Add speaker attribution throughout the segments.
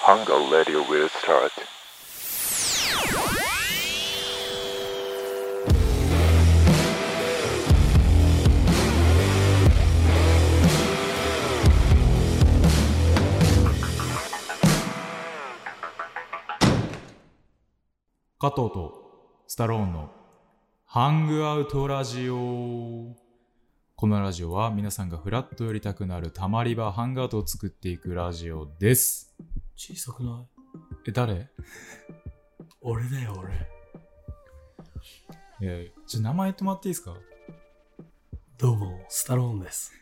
Speaker 1: Hunger Radio will start.
Speaker 2: 加藤とスタローンのハングアウトラジオこのラジオは皆さんがフラット寄りたくなるたまり場ハングアウトを作っていくラジオです
Speaker 3: 小さくない
Speaker 2: え誰
Speaker 3: 俺だよ俺
Speaker 2: えー、ちょ名前とまっていいですか
Speaker 3: どうもスタローンです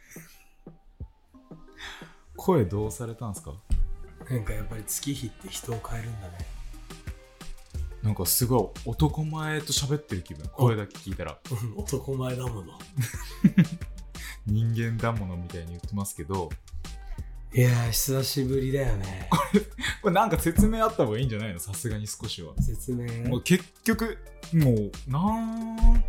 Speaker 2: 声どうされたんですか
Speaker 3: なんかやっぱり月日って人を変えるんだね
Speaker 2: なんかすごい男前と喋ってる気分声だけ聞いたら
Speaker 3: うん男前だもの
Speaker 2: 人間だものみたいに言ってますけど
Speaker 3: いやー久しぶりだよね
Speaker 2: これなんか説明あった方がいいんじゃないのさすがに少しは
Speaker 3: 説明
Speaker 2: もう結局もう何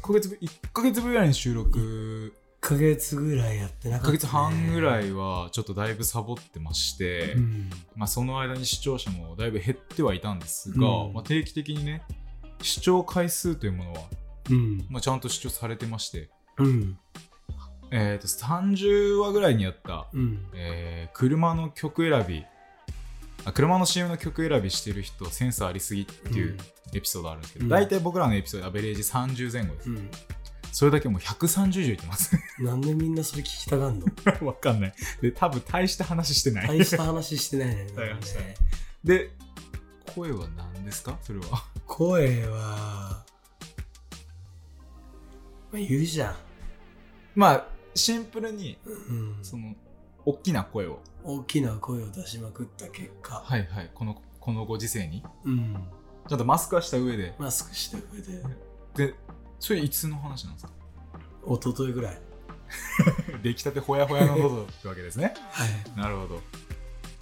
Speaker 2: ヶ月ぶ1ヶ月ぶりぐらいに収録
Speaker 3: 1ヶ月ぐらいやってな
Speaker 2: 1
Speaker 3: か
Speaker 2: ヶ
Speaker 3: った、ね、
Speaker 2: 月半ぐら
Speaker 3: い、
Speaker 2: いはちょっとだいぶサボってまして、
Speaker 3: うん、
Speaker 2: まあ、その間に視聴者もだいぶ減ってはいたんですが、
Speaker 3: うん
Speaker 2: まあ、定期的にね視聴回数というものは、
Speaker 3: うん
Speaker 2: まあ、ちゃんと視聴されてまして、
Speaker 3: うん
Speaker 2: えー、と30話ぐらいにやった、
Speaker 3: うん
Speaker 2: えー車の曲選びあ車の CM の曲選びしてる人センスありすぎっていうエピソードあるんですけど、
Speaker 3: うん
Speaker 2: 大体僕らのエピソードアベレージ30前後です、
Speaker 3: うん
Speaker 2: それだけもう130以上いってます
Speaker 3: なんでみんなそれ聞きたがんの
Speaker 2: わかんないで多分大した話してない
Speaker 3: 大した話してないね
Speaker 2: 大した
Speaker 3: ね
Speaker 2: で声は何ですかそれは
Speaker 3: 声はまあ言うじゃん、
Speaker 2: まあシンプルに
Speaker 3: うん、
Speaker 2: その大きな声を
Speaker 3: 大きな声を出しまくった結果、
Speaker 2: はいはいこのこのご時世に
Speaker 3: うん
Speaker 2: ちゃんとマスクはした上で
Speaker 3: マスクした上で
Speaker 2: でそれいつの話なんですか
Speaker 3: 一昨日ぐらい
Speaker 2: 出来たてほやほやのことってわけ ですね
Speaker 3: はい、
Speaker 2: なるほど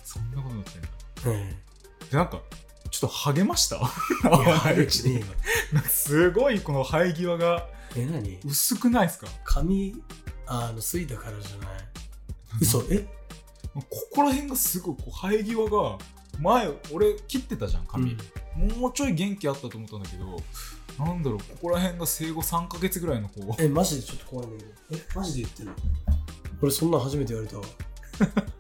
Speaker 2: そんなことになってんだ
Speaker 3: うん、
Speaker 2: でなんかちょっと励ました
Speaker 3: いや入る しね
Speaker 2: すごいこの生え際が
Speaker 3: えよえ何
Speaker 2: 薄くないですか
Speaker 3: 髪あのすいたからじゃない嘘え
Speaker 2: ここら辺がすごいこう生え際が前俺切ってたじゃん髪、もうちょい元気あったと思ったんだけどなんだろうここら辺が生後3ヶ月ぐらいのこう
Speaker 3: えマジでちょっと怖いんだけどえマジで言ってんの俺そんなん初めて言われたわ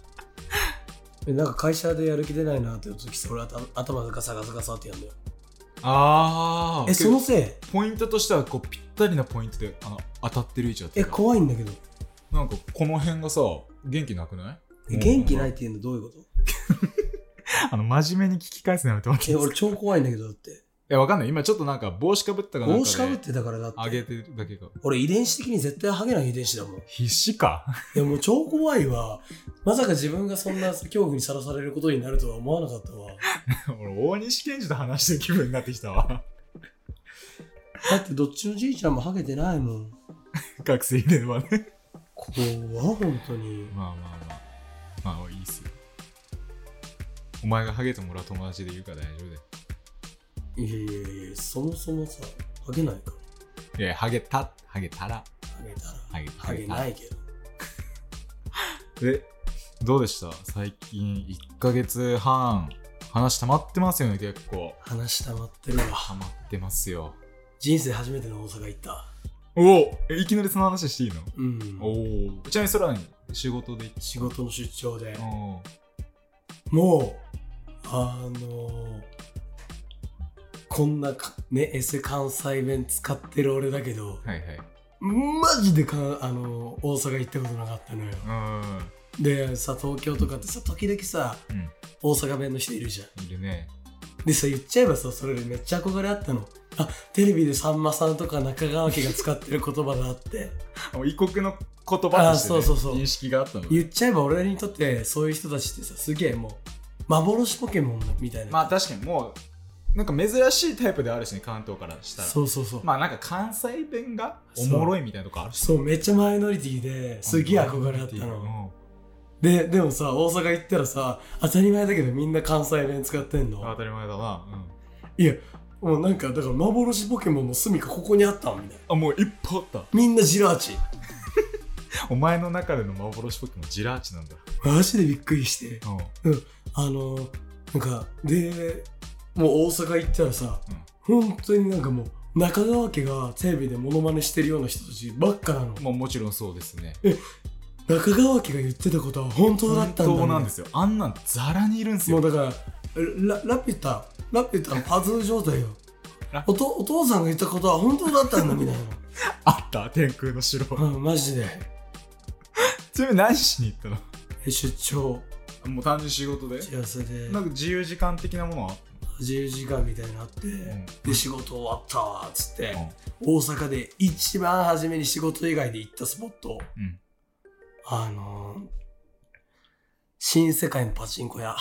Speaker 3: えなんか会社でやる気出ないなって言う時さ俺頭頭ガサガサガサってやるんだよ
Speaker 2: あー
Speaker 3: えそのせい
Speaker 2: ポイントとしてはこうぴったりなポイントであの当たってる位置だった
Speaker 3: え怖いんだけど
Speaker 2: なんかこの辺がさ元気なくない
Speaker 3: え元気ないっていうのどういうこと
Speaker 2: あの真面目に聞き返すのやめてもらっていい
Speaker 3: え
Speaker 2: です
Speaker 3: 俺
Speaker 2: か
Speaker 3: 超怖いんだけどだって
Speaker 2: いやわかんない今ちょっとなんか帽子かぶったかなんかで
Speaker 3: 帽子かぶってたからだって
Speaker 2: 上げてるだけが
Speaker 3: 俺遺伝子的に絶対ハゲない遺伝子だもん。い
Speaker 2: 必死か
Speaker 3: やもう超怖いわ。まさか自分がそんな恐怖にさらされることになるとは思わなかったわ。
Speaker 2: 俺大西健治と話してる気分になってきたわ
Speaker 3: だってどっちのじいちゃんもハゲてないもん。
Speaker 2: 学生ではね
Speaker 3: 怖は本当に。
Speaker 2: まあまあまあまあいいっすよお前がハゲても俺は友達で言うから大丈夫だよ
Speaker 3: いやいやいや、そもそもさ、ハゲないか
Speaker 2: いやハゲたハゲたら
Speaker 3: ら。ハゲたら。
Speaker 2: ハゲ
Speaker 3: ハゲないけど。
Speaker 2: えどうでした最近1ヶ月半話溜まってますよね結構
Speaker 3: 話溜まってるわ。
Speaker 2: 溜まってますよ
Speaker 3: 人生初めての大阪行った。
Speaker 2: おおえいきなりその話していいの
Speaker 3: うん。
Speaker 2: おおちなみに空に仕事で行っ
Speaker 3: 仕事の出張で
Speaker 2: た。おー
Speaker 3: もう、あのこんなか、ね、エセ関西弁使ってる俺だけど、
Speaker 2: はいはい
Speaker 3: マジでかあの大阪行ったことなかったのよ
Speaker 2: うー
Speaker 3: でさ東京とかってさ時々さ、
Speaker 2: うん
Speaker 3: 大阪弁の人いるじゃん
Speaker 2: んいるね
Speaker 3: でさ言っちゃえばさそれめっちゃ憧れあったのあテレビでさんまさんとか中川家が使ってる言葉だって
Speaker 2: あ異国の言葉
Speaker 3: あ
Speaker 2: と
Speaker 3: ー
Speaker 2: して、ね、
Speaker 3: そうそうそう
Speaker 2: 認識があったのね
Speaker 3: 言っちゃえば俺にとってそういう人たちってさすげえもう幻ポケモンみたいな、
Speaker 2: まあ確かにもうなんか珍しいタイプではあるしね関東からしたら
Speaker 3: そうそうそう、
Speaker 2: まあなんか関西弁がおもろいみたいなとこあるし
Speaker 3: そうめっちゃマイノリティですげえ憧れあったの
Speaker 2: の
Speaker 3: ででもさ大阪行ったらさ当たり前だけどみんな関西弁使ってんの
Speaker 2: 当たり前だな、うん、
Speaker 3: いや、もうなんか、だから幻ポケモンの住処ここにあったみたいな。
Speaker 2: あもういっぱいあった
Speaker 3: みんなジラーチ。
Speaker 2: お前の中での幻ポケモンジラーチなんだ。
Speaker 3: マジでびっくりして。
Speaker 2: うん。
Speaker 3: あの、なんかでもう大阪行ったらさ、本当になんかもう中川家がテレビでモノマネしてるような人たちばっかなの
Speaker 2: まあ、もちろんそうですね
Speaker 3: 中川家が言ってたことは本当だったんだ、ね、
Speaker 2: 本当なんですよあんなんザラにいるんです
Speaker 3: も
Speaker 2: よ
Speaker 3: うだからララピュタラピュタのパズル状態よ
Speaker 2: ラ
Speaker 3: おとお父さんが言ったことは本当だったんだみたい
Speaker 2: あった天空の城
Speaker 3: な、 うん、マジで
Speaker 2: ちなみに何しに行ったの
Speaker 3: え出張
Speaker 2: もう単純に仕事で
Speaker 3: 幸せで
Speaker 2: なんか自由時間的なものはあっ
Speaker 3: 自由時間みたいになって、
Speaker 2: ん
Speaker 3: で仕事終わったわっつって、大阪で一番初めに仕事以外で行ったスポット、
Speaker 2: うん
Speaker 3: あのー新世界のパチンコ屋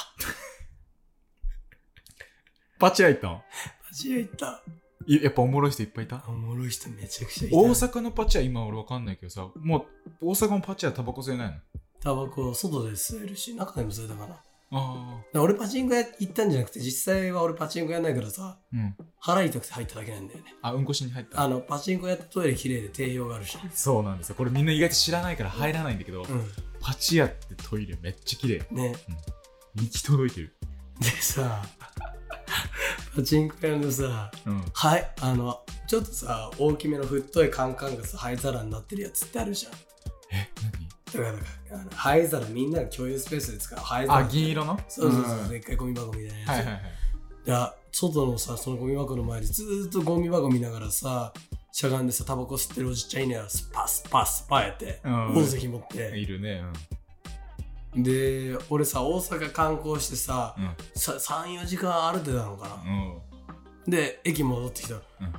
Speaker 2: パチ屋行ったの
Speaker 3: パチンコ屋行った
Speaker 2: いやっぱおもろい人いっぱいいた
Speaker 3: おもろい人めちゃくちゃいた
Speaker 2: 大阪のパチ屋今俺わかんないけどさもう大阪のパチ屋タバコ吸えないの
Speaker 3: タバコ外で吸えるし中でも吸えたかなだか
Speaker 2: あ
Speaker 3: ら俺パチンコ屋行ったんじゃなくて実際は俺パチンコ屋ないからさ
Speaker 2: あうん
Speaker 3: 腹痛くて入っただけなんだよね
Speaker 2: あうんこしに入った
Speaker 3: あのパチンコ屋ってトイレ綺麗で低用があるし、
Speaker 2: そうなんですよこれみんな意外と知らないから入らないんだけど、
Speaker 3: う
Speaker 2: パチ屋ってトイレめっちゃ綺麗
Speaker 3: ん、ね
Speaker 2: 行き届いてる
Speaker 3: でさパチンコ屋のさ
Speaker 2: うん
Speaker 3: はいあのちょっとさ大きめの太いカンカンがさ灰皿になってるやつってあるじゃん
Speaker 2: え
Speaker 3: だからだからあの灰皿みんなが共有スペースで使う灰皿
Speaker 2: 何あ銀色の
Speaker 3: そうそうそう、
Speaker 2: ん
Speaker 3: でっかいゴミ箱みたいな
Speaker 2: はいは
Speaker 3: やつ、
Speaker 2: いはい
Speaker 3: であ外のさそのゴミ箱の前でずーっとゴミ箱見ながらさしゃがんでさタバコ吸ってるおじちゃんいねやスパスパスパやって
Speaker 2: うん
Speaker 3: 大関持っ
Speaker 2: い
Speaker 3: て
Speaker 2: るねうん
Speaker 3: で俺さ大阪観光してさ
Speaker 2: うん
Speaker 3: 34時間歩いてたのかな、
Speaker 2: うん
Speaker 3: で駅戻ってきたら、
Speaker 2: うん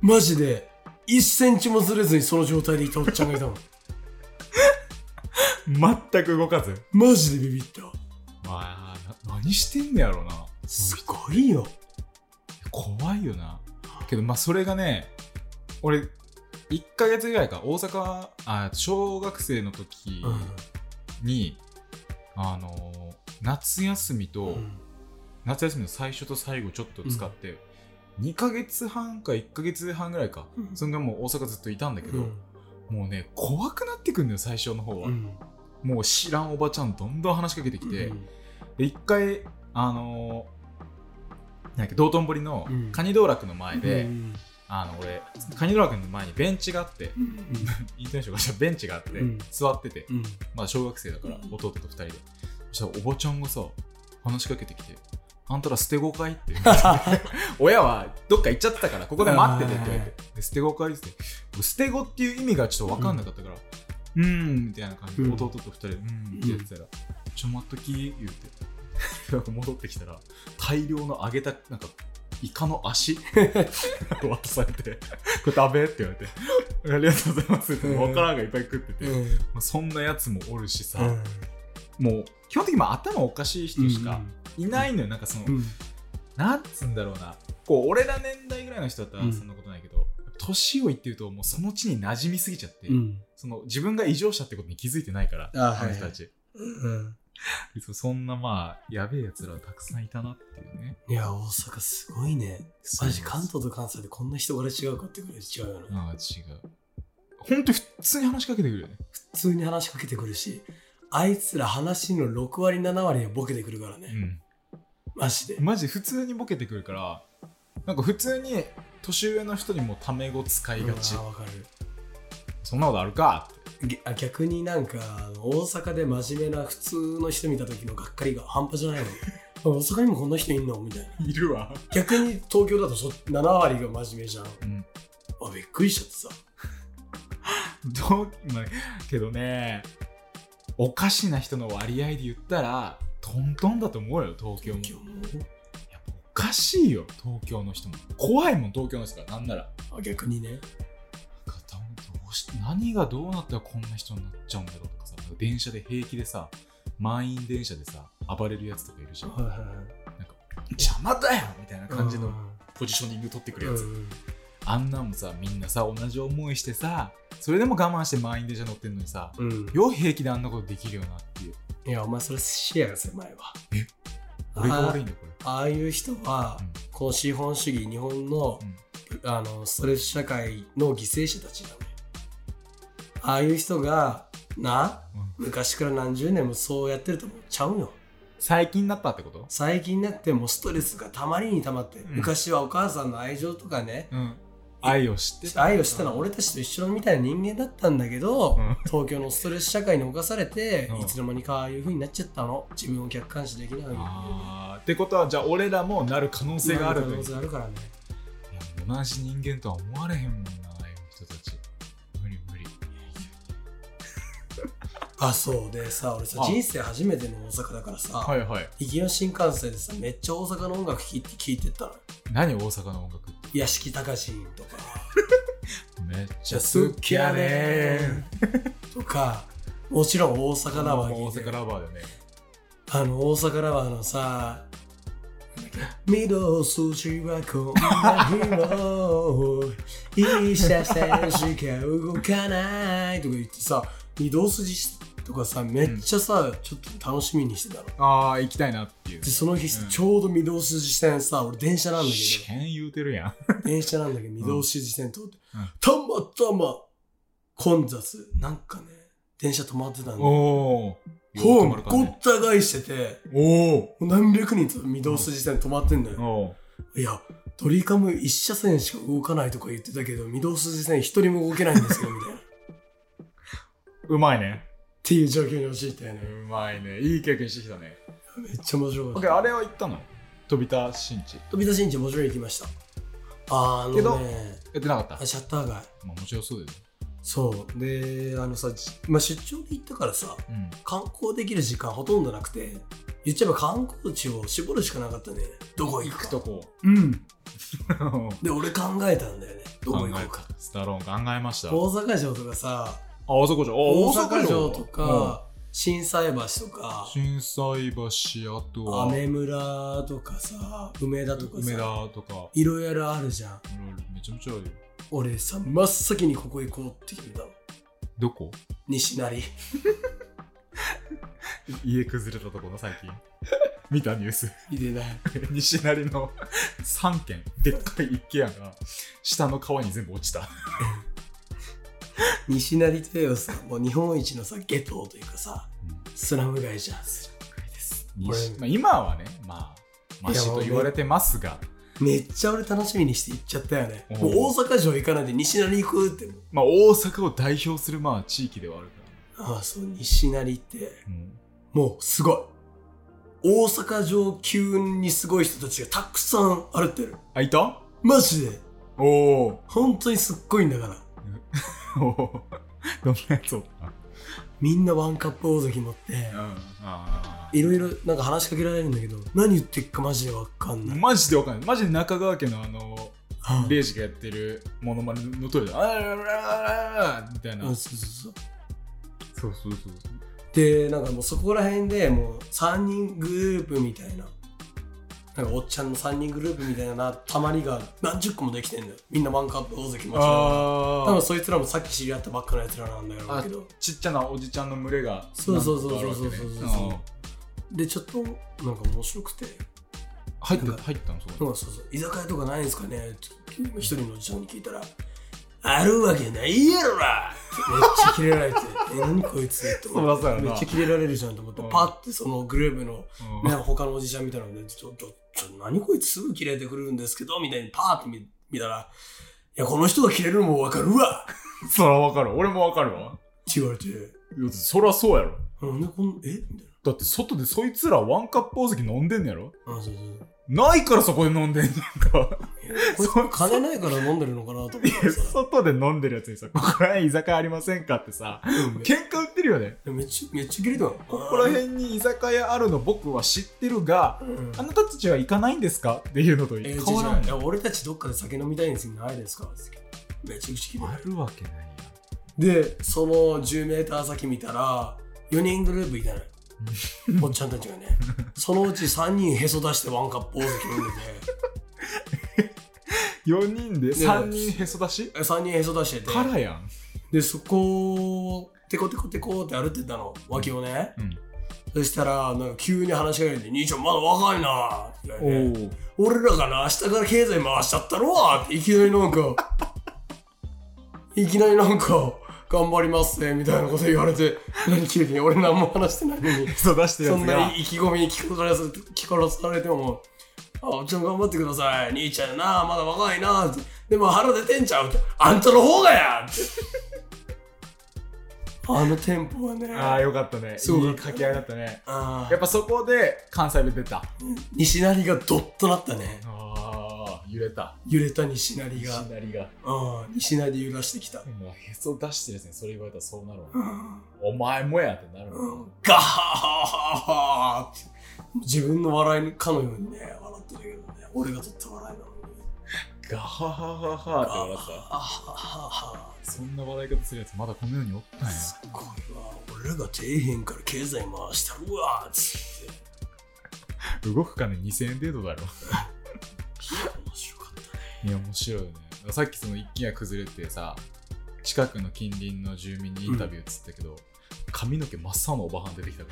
Speaker 3: マジで1センチもずれずにその状態でいたおっちゃんがいたもん
Speaker 2: 全く動かず
Speaker 3: マジでビビった
Speaker 2: まあな何してんねやろな
Speaker 3: すごいよ
Speaker 2: 怖いよなけどまあそれがね俺1ヶ月ぐらいか大阪あ小学生の時
Speaker 3: うん
Speaker 2: に、あの夏休みと、
Speaker 3: うん
Speaker 2: 夏休みの最初と最後ちょっと使って、2ヶ月半か1ヶ月半ぐらいか、
Speaker 3: うん
Speaker 2: そんがもう大阪ずっといたんだけ
Speaker 3: う
Speaker 2: ど、
Speaker 3: ん
Speaker 2: もうね怖くなってくんのよ最初の方は、
Speaker 3: うん
Speaker 2: もう知らんおばちゃんどんどん話しかけてきて、
Speaker 3: うん
Speaker 2: で一回あのーなんか道頓堀の
Speaker 3: うん
Speaker 2: カニ道楽の前で、
Speaker 3: うん
Speaker 2: あの俺カニ道楽の前にベンチがあって
Speaker 3: うん
Speaker 2: インターネットがしたベンチがあって、
Speaker 3: うん
Speaker 2: 座ってて
Speaker 3: うん
Speaker 2: まあ小学生だから
Speaker 3: うん
Speaker 2: 弟と二人でそしたらおばちゃんがさ話しかけてきて「あんたら捨て子かい?」って親はどっか行っちゃってたからここで待っててって言われて「で捨て子かい?」って言って捨て子っていう意味がちょっと分かんなかったから「うん」ん、みたいな感じで
Speaker 3: うん
Speaker 2: 弟と二人で「うん」ってやってたら「ちょ待っとき」言うてなんか戻ってきたら大量の揚げたなんかイカの足渡されて「これ食べ」って言われて「ありがとうございます」って分からんがいっぱい食ってて、
Speaker 3: うん
Speaker 2: まあ、そんなやつもおるしさ、もう基本的にまあ頭おかしい人しかいないのよ、なんかその、
Speaker 3: うん
Speaker 2: なんつうんだろうなこう俺ら年代ぐらいの人だった
Speaker 3: うん
Speaker 2: らそんなことないけど、年をいってるともうその地に馴染みすぎちゃって、
Speaker 3: うん
Speaker 2: その自分が異常者ってことに気づいてないから
Speaker 3: あ
Speaker 2: あの人
Speaker 3: はいは
Speaker 2: た
Speaker 3: い
Speaker 2: ち、
Speaker 3: うん
Speaker 2: そうそんなまあやべえやつらたくさんいたなっていうね
Speaker 3: いや大阪すごいね
Speaker 2: そう
Speaker 3: マジ関東と関西でこんな人柄違うかってくらい違うよね
Speaker 2: ああ違うほんと普通に話しかけてくるよね
Speaker 3: 普通に話しかけてくるしあいつら話の6割7割はボケてくるから
Speaker 2: う
Speaker 3: ね、
Speaker 2: ん
Speaker 3: マジで
Speaker 2: マジ普通にボケてくるからなんか普通に年上の人にもタメ語使いがち
Speaker 3: うわわかる
Speaker 2: そんなことあるかって
Speaker 3: げあ逆になんかあの大阪で真面目な普通の人見た時のがっかりが半端じ ゃないのあ大阪にもこんな人いんのみたいない
Speaker 2: るわ。
Speaker 3: 逆に東京だとそ7割が真面目じゃん
Speaker 2: うん。
Speaker 3: あびっくりしちゃってさ
Speaker 2: どう、まあ、けどね、おかしな人の割合で言ったら、トントンだと思うよ、東京も。
Speaker 3: 今日も
Speaker 2: やっぱおかしいよ、東京の人も。怖いもん、東京の人が、なんなら。
Speaker 3: あ逆にね
Speaker 2: なんかどうし何がどうなったらこんな人になっちゃうんだろうとかさ、電車で平気でさ、満員電車でさ、暴れるやつとかいるじゃん。邪魔だよみたいな感じのポジショニング取ってくるやつ。あんなんもさ、みんなさ、同じ思いしてさ、それでも我慢して満員電車乗ってんのにさ、
Speaker 3: うん、うん
Speaker 2: よう平気であんなことできるよなっていう
Speaker 3: いやお前それ視野が狭いわ
Speaker 2: え
Speaker 3: あ
Speaker 2: 俺が悪い
Speaker 3: ー
Speaker 2: んだよこれ
Speaker 3: ああいう人は、
Speaker 2: うん
Speaker 3: この資本主義日本の,、あのストレス社会の犠牲者たちなのよああいう人がな、
Speaker 2: うん
Speaker 3: 昔から何十年もそうやってると思っちゃうよ
Speaker 2: 最近になったってこと
Speaker 3: 最近になってもうストレスがたまりにたまって、
Speaker 2: ん
Speaker 3: 昔はお母さんの愛情とかね
Speaker 2: うん。愛を知ってた。
Speaker 3: 愛をしたのは俺たちと一緒みたいな人間だったんだけど、
Speaker 2: うん
Speaker 3: 東京のストレス社会に侵されて、
Speaker 2: うん
Speaker 3: いつの間にかああいう風になっちゃったの自分を客観視できない
Speaker 2: あーってことは、じゃあ俺らもなる可能性があると
Speaker 3: 可
Speaker 2: いう
Speaker 3: 能。性あるからね
Speaker 2: いや同じ人間とは思われへんもんな、ああいう人たち。無理無理。
Speaker 3: あそうでさ俺さ
Speaker 2: あ
Speaker 3: 人生初めての大阪だからさ、
Speaker 2: はいはい。
Speaker 3: 行きの新幹線でさめっちゃ大阪の音楽聴いて聴いてったの
Speaker 2: 何大阪の音楽って。
Speaker 3: 屋敷隆とか
Speaker 2: めっちゃ好きやね
Speaker 3: とかもちろん大阪ラバー
Speaker 2: 大
Speaker 3: 聴いて
Speaker 2: 阪ラバーだね。
Speaker 3: あの大阪ラバーのさ「御堂筋はこんな広い」「一車線しか動かない」とか言ってさ御堂筋とかさめっちゃさ、ちょっと楽しみにしてたの
Speaker 2: ああ、行きたいなっていう
Speaker 3: で。その日、
Speaker 2: うん
Speaker 3: ちょうど御堂筋線さ俺電車なんだけど
Speaker 2: シェン言うてるやん。
Speaker 3: 電車なんだけど、御堂筋線通って、
Speaker 2: うん
Speaker 3: たまたま混雑、なんかね、電車止まってたんで、
Speaker 2: おー。
Speaker 3: ホー
Speaker 2: よう止ま
Speaker 3: ム
Speaker 2: るから
Speaker 3: ご
Speaker 2: ね
Speaker 3: った返してて、
Speaker 2: お
Speaker 3: もう何百人と御堂筋線止まってんだ
Speaker 2: ー。
Speaker 3: よ。
Speaker 2: お
Speaker 3: いや、ドリカム一車線しか動かないとか言ってたけど、御堂筋線一人も動けないんですけど、み たいな。っ
Speaker 2: ーうまいね。
Speaker 3: ていう状況に陥ったよね。
Speaker 2: うまいね。いい経験してきたね。
Speaker 3: めっちゃ面白かっ
Speaker 2: OK、
Speaker 3: た。
Speaker 2: あれは行ったの飛びた新地。
Speaker 3: 飛び出しんちもちろん行きました。あ
Speaker 2: け
Speaker 3: の
Speaker 2: ど
Speaker 3: ね、
Speaker 2: やってなかった
Speaker 3: あシャッター街。
Speaker 2: まあもちろんそうだよね。
Speaker 3: そう。で、あのさ、じまあ、出張で行ったからさ、
Speaker 2: うん。
Speaker 3: 観光できる時間ほとんどなくて言っちゃえば観光地を絞るしかなかったねどこ行
Speaker 2: 行
Speaker 3: く
Speaker 2: くと
Speaker 3: と
Speaker 2: こ。
Speaker 3: うん
Speaker 2: 考
Speaker 3: で俺考えたんだよねどこ行こ
Speaker 2: え
Speaker 3: うか
Speaker 2: た。スタローン考えました。
Speaker 3: 大阪城とかさ
Speaker 2: あ、大阪城。あ
Speaker 3: 大阪城と。か心斎橋とか
Speaker 2: うん心斎橋、あとは、
Speaker 3: 雨村とかさ梅田とか
Speaker 2: 梅田
Speaker 3: さ
Speaker 2: とか、
Speaker 3: いろいろあるじゃん
Speaker 2: いろいろめちゃめちゃあるよ。
Speaker 3: 俺さ真っ先にここ行こうって決めたの
Speaker 2: どこ
Speaker 3: 西成
Speaker 2: 家崩れたとこの最近。見たニュース。
Speaker 3: 見てない
Speaker 2: 西成の3軒、でっかい一軒家が、下の川に全部落ちた。
Speaker 3: 西成といえばさもう日本一のさ下等というかさスラム街じゃんこれ
Speaker 2: 西まあ、今はね、まあ、マシと言われてますが、
Speaker 3: めっちゃ俺楽しみにして行っちゃったよね。
Speaker 2: おう
Speaker 3: もう大阪城行かないで西成行くって。
Speaker 2: まあ、大阪を代表する、まあ、地域ではあるか
Speaker 3: ああ、そう、西成って、
Speaker 2: ら。うん
Speaker 3: もうすごい。大阪城級にすごい人たちがたくさん歩ってる。
Speaker 2: あ、いた
Speaker 3: マジで。
Speaker 2: お お。
Speaker 3: 本当にすっごいんだから。
Speaker 2: おおどんなやつを
Speaker 3: みんなワンカップ大関持って
Speaker 2: う、んあ
Speaker 3: いろいろなんか話しかけられるんだけど、何言ってっかマジでわかん
Speaker 2: ー
Speaker 3: ない。
Speaker 2: マジでわかんないマジで中川家のあの
Speaker 3: ああ
Speaker 2: レイジがやってるモノマネのトイレあらららららみたいな
Speaker 3: うんそうそうそう。
Speaker 2: そうそうそう
Speaker 3: でなんかもうそこら辺でもう3人グループみたいななんかおっちゃんの3人グループみたいなたまりが何十個もできてんだよみんなワンカップ大関持ちながら
Speaker 2: あ
Speaker 3: 多分そいつらもさっき知り合ったばっかのやつらなんだろうけど
Speaker 2: ちっちゃなおじちゃんの群れが
Speaker 3: そうそうそうそうそうそうそ
Speaker 2: な
Speaker 3: う
Speaker 2: んかあるわけね
Speaker 3: でちょっとなんか面白くて
Speaker 2: あー入
Speaker 3: なん
Speaker 2: っ
Speaker 3: か
Speaker 2: た入ったのそ
Speaker 3: な
Speaker 2: こ
Speaker 3: んかそうそう居酒屋とかないんですかねって一人のおじちゃんに聞いたらあるわけないやろなってめっちゃキレられて え何こいつって思って
Speaker 2: そらそうやな
Speaker 3: めっちゃキレられるじゃんと思って
Speaker 2: うん
Speaker 3: パッてそのグループの
Speaker 2: に
Speaker 3: ね、他のおじちゃんみたいなので、ちょっと、ちょちょ何こいつすぐ切れてくるんですけど、みたいにパーって見見たら、いや、この人が切れるのもわかるわっ
Speaker 2: うん そらわかる俺もわかるわ
Speaker 3: て言われて、
Speaker 2: いやそらそうやろ
Speaker 3: なんでこん、えみたい
Speaker 2: だって外でそいつらワンカップ大関飲んでんのやろ
Speaker 3: な。あそうそう
Speaker 2: ないからそこで飲んでんじゃんか
Speaker 3: そうこいつ金ないから飲んでるのかなと思ってさ。
Speaker 2: 外で飲んでるやつにさ、ここら辺居酒屋ありませんかってさ、
Speaker 3: うん
Speaker 2: 喧嘩売ってるよね。
Speaker 3: めっちゃ、めっちゃ切れたの。
Speaker 2: ここら辺に居酒屋あるの僕は知ってるが、
Speaker 3: うん
Speaker 2: あなたたちは行かないんですかっていうのと
Speaker 3: え
Speaker 2: 変
Speaker 3: ー
Speaker 2: わらん
Speaker 3: 違う違
Speaker 2: よ。
Speaker 3: ういや俺たちどっかで酒飲みたいんですよないですかってめちゃくちゃ切れた
Speaker 2: るわけないや
Speaker 3: で、その10メーター先見たら、4人グループいたのよ。おっちゃんたちがね。そのうち3人へそ出してワンカップ大関飲ん
Speaker 2: 4人で
Speaker 3: で ね、
Speaker 2: 3人へそ出して
Speaker 3: 3人へそ出してて、
Speaker 2: からやん。
Speaker 3: で、そこをテコテコテコって歩いてったの、脇をね。
Speaker 2: うん
Speaker 3: そしたら、なんか急に話しかけて、兄ちゃんまだ若いなって言われて俺らがな、明日から経済回しちゃったろわっていきなりなんか、いきなりなんか、頑張りますねみたいなこと言われて何急に俺何も話してないのに
Speaker 2: そう出してる
Speaker 3: そ
Speaker 2: やつ
Speaker 3: んな
Speaker 2: が
Speaker 3: 意気込みに聞かされ聞かされても「あおっちゃん頑張ってください兄ちゃんなまだ若いな」ってでも腹出てんちゃうってあんたの方が やってあのテンポはね
Speaker 2: ああよかったね
Speaker 3: そう
Speaker 2: いい掛け合いだったね
Speaker 3: あー
Speaker 2: やっぱそこで関西弁出た
Speaker 3: 西成がドッとなったね
Speaker 2: あー揺れた
Speaker 3: 揺れた西成が
Speaker 2: なりが
Speaker 3: うん西成揺らしてきた、
Speaker 2: もうへそ出してるやつにそれ言われたらそうなるわ
Speaker 3: うん
Speaker 2: お前もやってなるわ
Speaker 3: ガハハハって自分の笑いかのようにね笑ってるけどね俺がとった笑いなのに
Speaker 2: ガハハハハって笑
Speaker 3: ガ
Speaker 2: っ
Speaker 3: ハハハ
Speaker 2: たそんな笑い方するやつまだこの世におったんや
Speaker 3: すごいわ俺が底辺から経済回してるわっつって
Speaker 2: 動く金2000円程度だろ
Speaker 3: 面白かったね
Speaker 2: いや面白いよねさっきその一軒家崩れてさ近くの近隣の住民にインタビューっつったけど、髪の毛真っ青のおばはん出てきたか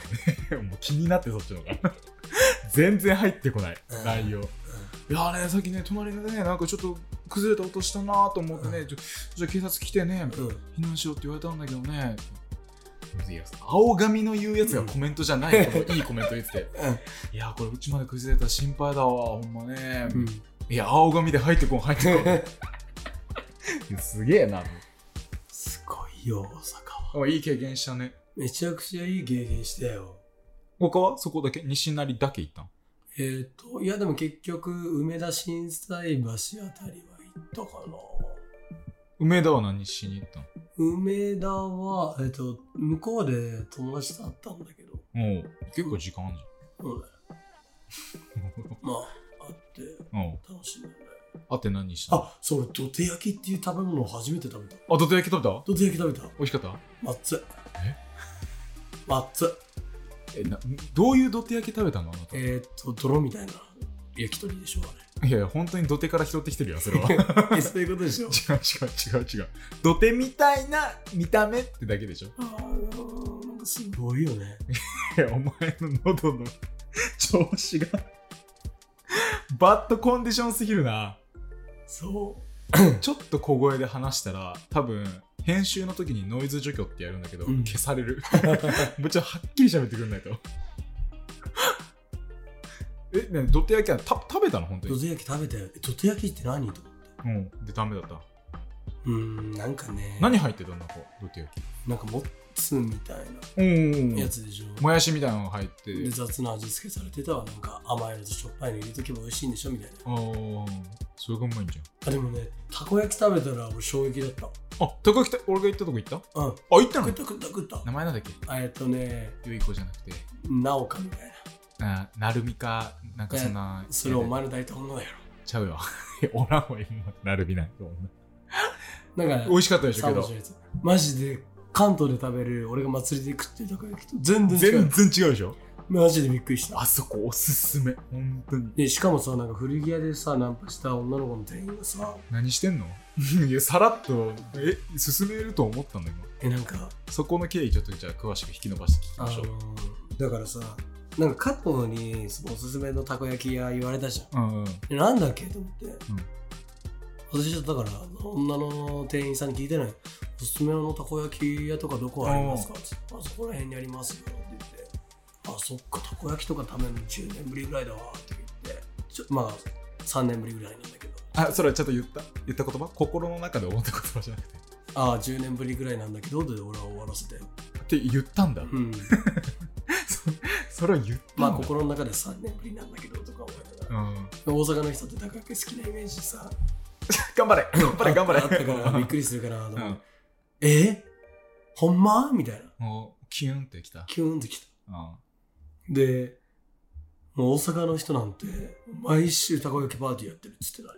Speaker 2: らね もう気になってそっちの方が 全然入ってこない、
Speaker 3: うん
Speaker 2: 内容、いやねさっきね隣でねなんかちょっと崩れた音したなと思ってね、
Speaker 3: う
Speaker 2: ちょじゃあ警察来てね、
Speaker 3: うん
Speaker 2: 避難しようって言われたんだけどねいや青髪の言うやつがコメントじゃない、こといいコメント言ってていやこれうちまで崩れたら心配だわほんまね、
Speaker 3: うん、
Speaker 2: いや青髪で入ってこん入ってこんいや すげえな。
Speaker 3: すごいよ大阪は
Speaker 2: あいい経験したね。
Speaker 3: めちゃくちゃいい経験したよ
Speaker 2: 他はそこだけ西成だけ行ったん
Speaker 3: えっ、といやでも結局梅田心斎橋あたりは行ったかな
Speaker 2: 梅田は何しに行ったん
Speaker 3: 梅田は、えっと、向こうで友達と会ったんだけど、
Speaker 2: おう結構時間あんじ
Speaker 3: うん、まあ、会って
Speaker 2: ゃん。おう
Speaker 3: 楽しんだね。
Speaker 2: あって何したのあ、
Speaker 3: あ、そう、俺、土手焼きっていう食べ物を初めて食べた。
Speaker 2: どて焼き食べた
Speaker 3: 土手焼き食べた。
Speaker 2: 美味しかった
Speaker 3: まっつ。
Speaker 2: え
Speaker 3: まっつ。
Speaker 2: え、な、どういうどて焼き食べたのあなた。い
Speaker 3: えっと、泥みたいな焼き鳥でしょ、
Speaker 2: やいや、本当に土手から拾ってきてるよ、それは。
Speaker 3: あ
Speaker 2: 違う
Speaker 3: れ。え そういうことでしょ。
Speaker 2: 違う違う違う。土手みたいな見た目ってだけでしょ。
Speaker 3: あーなんかすごいよね。
Speaker 2: いや、お前の喉の調子が。バッドコンディションすぎるな。
Speaker 3: そ
Speaker 2: ちょっと小声で話したら多分編集の時にノイズ除去ってやるんだけど、
Speaker 3: うん
Speaker 2: 消されるもうちょっとはっきり喋ってくんないとえねどて焼きはた食べたの本当
Speaker 3: う。土
Speaker 2: に、
Speaker 3: 手焼き食べたよ。え土手焼きって何と思って。
Speaker 2: うん、でダメだった、
Speaker 3: うーん、なんかね。
Speaker 2: 何入ってたのこうどて焼き
Speaker 3: なんか、もつみたい
Speaker 2: うん
Speaker 3: なやつでしょ。
Speaker 2: もやしみたいなのが入って
Speaker 3: で雑な味付けされてたわなんか甘いのとしょっぱいの入れとけば美味しいんでしょみたいな
Speaker 2: あーそれがうまいんじ
Speaker 3: あでもねたこ焼き食べたら俺衝撃だった
Speaker 2: ゃんあ高木た俺が行ったとこ行ったあ
Speaker 3: うん
Speaker 2: 行った
Speaker 3: 食
Speaker 2: の
Speaker 3: った食った食った
Speaker 2: 名前なんだっけ
Speaker 3: あえっとね
Speaker 2: ゆい子じゃなくて
Speaker 3: なおかみたいな
Speaker 2: あなるみかなんかそんな
Speaker 3: それお前の大体女だよ
Speaker 2: ちゃう よおらんわ今なるみなんて女
Speaker 3: なんか
Speaker 2: 美味しかったでしょ
Speaker 3: サ
Speaker 2: け
Speaker 3: ンド
Speaker 2: ど
Speaker 3: したやつマジで関東で食べる俺が祭りで食ってるたこ焼きと全然違
Speaker 2: 全
Speaker 3: う
Speaker 2: 然違うでしょ
Speaker 3: マジでびっくりした
Speaker 2: あそこおすすめ本当に
Speaker 3: でしかもさなんか古着屋でさナンパした女の子の店員がさ
Speaker 2: 何してんの いやさらっとえ進めると思ったんだ今
Speaker 3: えなんか
Speaker 2: そこの経緯ちょっとじゃあ詳しく引き伸ばして聞き
Speaker 3: あ
Speaker 2: まし
Speaker 3: の
Speaker 2: ょう
Speaker 3: ーだからさなんか加藤にそのおすすめのたこ焼き屋言われたじゃん
Speaker 2: うんうん
Speaker 3: でなんだっけと思って、私だから女の店員さんに聞いてないおすすめのたこ焼き屋とかどこありますかってあそこら辺にありますよって言ってあそっかたこ焼きとか食べるの10年ぶりぐらいだわって言ってちょまあ3年ぶりぐらいなんだけど
Speaker 2: あそれはちょっと言った言った言葉心の中で思った言葉じゃなくて
Speaker 3: ああ10年ぶりぐらいなんだけどで俺は終わらせて
Speaker 2: って言ったんだ、
Speaker 3: うん
Speaker 2: そそれは言ったんだ
Speaker 3: まあ心の中で3年ぶりなんだけどとか思いなが
Speaker 2: う
Speaker 3: ら
Speaker 2: ん、
Speaker 3: 大阪の人ってたこ焼き好きなイメージさ
Speaker 2: 頑張れ頑張れ頑張れ
Speaker 3: あったから びっくりするかなと思
Speaker 2: う
Speaker 3: って
Speaker 2: ん
Speaker 3: えほんまみたいな
Speaker 2: もうキュンってきた、
Speaker 3: キューンってきた
Speaker 2: うん、
Speaker 3: でもう大阪の人なんて毎週たこ焼きパーティーやってるっつって ない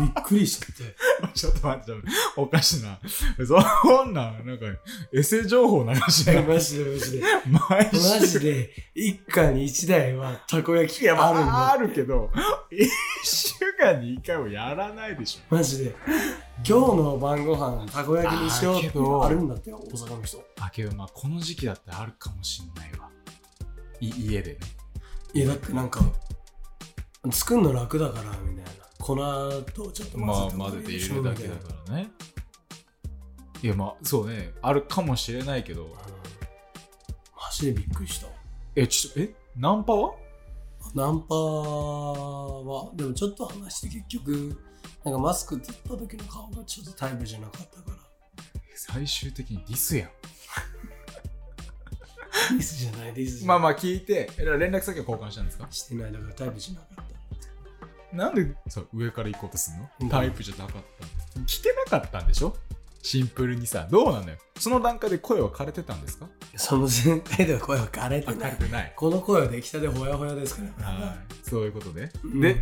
Speaker 3: びっくりしちゃって
Speaker 2: ちょっと待ってちょっと待っておかしいなそんなんなんかエセ情報流しない
Speaker 3: マジでマジで
Speaker 2: 毎週
Speaker 3: マジで一家に一台はたこ焼
Speaker 2: い
Speaker 3: き
Speaker 2: や、ま
Speaker 3: あるん
Speaker 2: あ、あ
Speaker 3: だ
Speaker 2: るけど、1週間に1回はやらないでしょ。
Speaker 3: マジで今日の晩ご飯たこ焼きにしよう
Speaker 2: あー
Speaker 3: っ
Speaker 2: け
Speaker 3: て
Speaker 2: ど
Speaker 3: あるんだってよ大阪の人
Speaker 2: あ、けど、まあ、この時期だってあるかもしんないわ。い家でね。
Speaker 3: いやだってなんか作るの楽だからみたいな粉とちょっと混ぜて,、
Speaker 2: まあ、混ぜて入れるだけだ
Speaker 3: ら
Speaker 2: からね。いやまあそうねあるかもしれないけど
Speaker 3: マジでびっくりした
Speaker 2: えちょっとえナンパは
Speaker 3: ナンパはでもちょっと話して結局なんかマスクって言った時の顔がちょっとタイプじゃなかったから
Speaker 2: 最終的にディスやん
Speaker 3: ディスじゃないディスじゃ
Speaker 2: ま
Speaker 3: ない、
Speaker 2: あまあ聞いてえ連絡先を交換したんですか
Speaker 3: してないだからタイプじゃなかった
Speaker 2: なんでさ上から行こうとすんの、
Speaker 3: うん
Speaker 2: タイプじゃなかった来てなかったんでしょシンプルにさどうなのよその段階で声は枯れてたんですか
Speaker 3: その前提では声は枯れてない
Speaker 2: てない
Speaker 3: この声は出来たてほやほやですから、
Speaker 2: はいそういうことで、
Speaker 3: うん
Speaker 2: で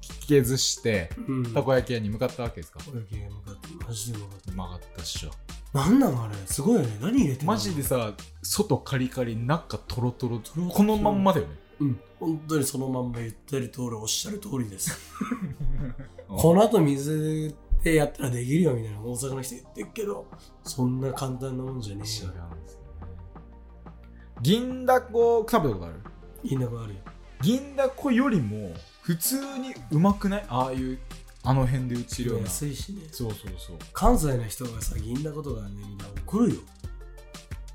Speaker 2: 聞けずして
Speaker 3: うん、
Speaker 2: たこ焼き屋に向かったわけですか、
Speaker 3: 声が向かってマジで向かっ
Speaker 2: 曲がったっしょ
Speaker 3: たなんなんあれすごいよね何入れてんの
Speaker 2: マジでさ外カリカリ中トロトロ
Speaker 3: ロトロ
Speaker 2: このまんまだよね
Speaker 3: うん本当にそのまんま言ってる通りおっしゃる通りです この後水でやったらできるよみたいな大阪の人言ってるけどそんな簡単なもんじゃねえ
Speaker 2: 違
Speaker 3: よ
Speaker 2: うんですよね銀だこ食べたことある
Speaker 3: いいなこあるよ
Speaker 2: 銀だこよりも普通にうまくないああいうあの辺で打ちるような
Speaker 3: 安いしね
Speaker 2: そうそうそう
Speaker 3: 関西の人がさ銀だことがねみんな怒るよ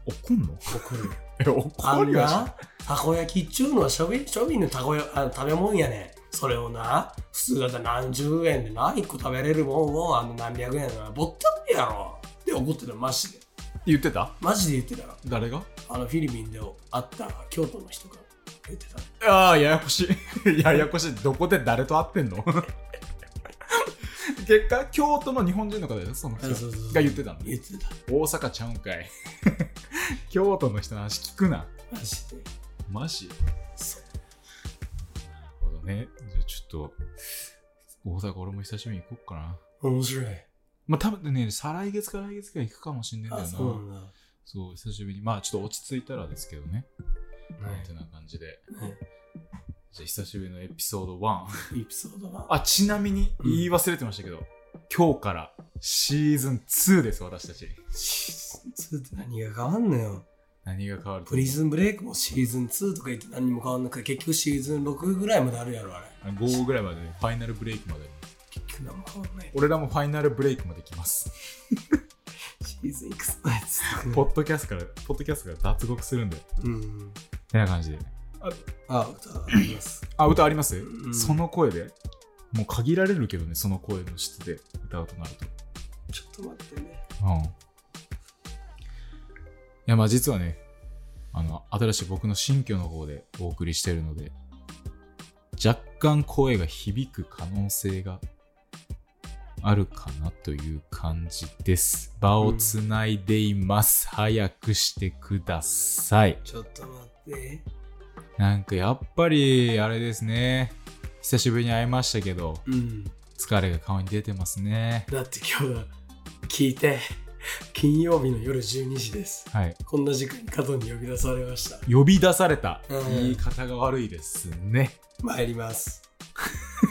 Speaker 2: 怒んの
Speaker 3: 怒るよ
Speaker 2: え
Speaker 3: あ
Speaker 2: 怒
Speaker 3: ん
Speaker 2: るよ
Speaker 3: なたこ焼きっちゅうのは庶民庶民のたこやあ食べ物やねんそれをな普通だったら何十円で何個食べれるもんをあの何百円なぼったくりやろって怒ってたマジで
Speaker 2: 言ってた
Speaker 3: マジで言ってた
Speaker 2: 誰が
Speaker 3: あのフィリピンで会った京都の人が言ってた
Speaker 2: ああややこしい ややこしいどこで誰と会ってんの 結果京都の日本人の方ですその人
Speaker 3: そうそうそう
Speaker 2: が言ってたんで
Speaker 3: 言ってた
Speaker 2: 大阪ちゃうんかい 京都の人の話聞くな
Speaker 3: マジで
Speaker 2: マジ
Speaker 3: そう
Speaker 2: なるほどねじゃあちょっと大阪俺も久しぶりに行こうかな
Speaker 3: 面白い
Speaker 2: まあ多分ね再来月か来月か行くかもしんないんだよ
Speaker 3: あ
Speaker 2: な
Speaker 3: そうなんだは
Speaker 2: そう久しぶりにまあちょっと落ち着いたらですけどね、ってな感じで
Speaker 3: いは
Speaker 2: じゃあ久しぶりのエピソード1
Speaker 3: いエピソードは
Speaker 2: あちなみに言い忘れてましたけど、今日からシーズン2です私たち
Speaker 3: シーズン2って何が変わんのよ
Speaker 2: 何が変わると
Speaker 3: プリズンブレイクもシーズン2とか言って何も変わんなくて結局シーズン6ぐらいまであるやろあれ
Speaker 2: 5ぐらいまでね、ファイナルブレイクまで
Speaker 3: 結局何も変わんない
Speaker 2: 俺らもファイナルブレイクまで来ます
Speaker 3: シーズンいくつのやつ
Speaker 2: ポッドキャストからポッドキャストから脱獄するんでて
Speaker 3: うん
Speaker 2: な感じで
Speaker 3: あ歌あります
Speaker 2: あ歌あります、
Speaker 3: うん
Speaker 2: その声でもう限られるけどねその声の質で歌うとなると
Speaker 3: ちょっと待ってね
Speaker 2: うん。いや、まあ実はね、あの、新しい僕の新居の方でお送りしてるので、若干声が響く可能性があるかなという感じです。場をつないでいます。早くしてください。
Speaker 3: ちょっと待って
Speaker 2: なんかやっぱり、あれですね。久しぶりに会いましたけど、
Speaker 3: うん
Speaker 2: 疲れが顔に出てますね。
Speaker 3: だって今日は聞いて金曜日の夜12時です
Speaker 2: はい。
Speaker 3: こんな時間に加藤に呼び出されました
Speaker 2: 呼び出された。
Speaker 3: うん
Speaker 2: 言い方が悪いですね。
Speaker 3: 参ります。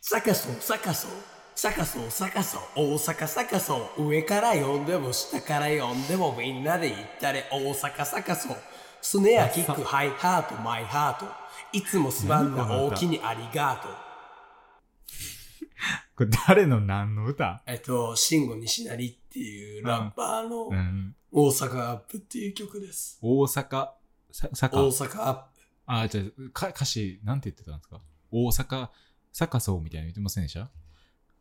Speaker 3: 逆そう逆そう逆そう逆そう大阪逆そう上から呼んでも下から呼んでもみんなで行ったれ大阪逆そうスネアキックハイハートマイハートいつもすまんな
Speaker 2: なんだ
Speaker 3: 大きにありがとう
Speaker 2: これ誰の何の歌
Speaker 3: えっと慎吾西成っていうラッパーの
Speaker 2: うん。
Speaker 3: 大阪アップっていう曲です
Speaker 2: 大阪、さ、
Speaker 3: 大
Speaker 2: 坂。
Speaker 3: 阪アップ
Speaker 2: あ、じゃあか歌詞、なんて言ってたんですか大阪、坂そうみたいなの言ってませんでした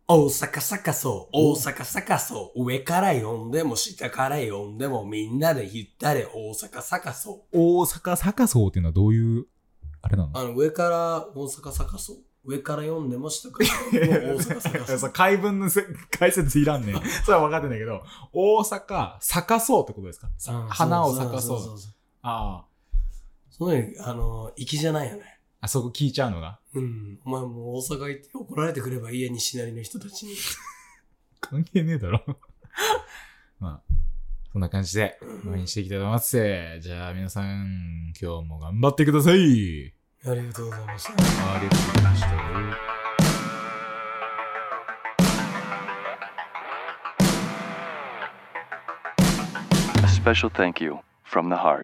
Speaker 3: 大阪逆そう、大阪逆そう、上から呼んでも下から呼んでもみんなで言ったれ、大阪逆そう。
Speaker 2: 大阪、坂そうっていうのはどういう、あれなの
Speaker 3: あの、上から大阪逆そう、上から呼んでも 下から呼んでも大阪逆そう。
Speaker 2: 解文のせ解説いら んねん。それは分かってんだけど、大阪、坂そうってことですかさ
Speaker 3: うん
Speaker 2: 花を咲かそう。
Speaker 3: そう。
Speaker 2: ああ。
Speaker 3: そういう、あの、粋じゃないよね。
Speaker 2: あそこ聞いちゃうのが。
Speaker 3: うん。お前もう大阪行って怒られてくれば家にしなりの人たちに。
Speaker 2: 関係ねえだろ。 まあ、そんな感じで、
Speaker 3: うん
Speaker 2: 応援していきたいと思います。じゃあ皆さん、今日も頑張ってください。
Speaker 3: ありがとうございました。
Speaker 2: ありがとうございました。
Speaker 1: A special thank you from the heart.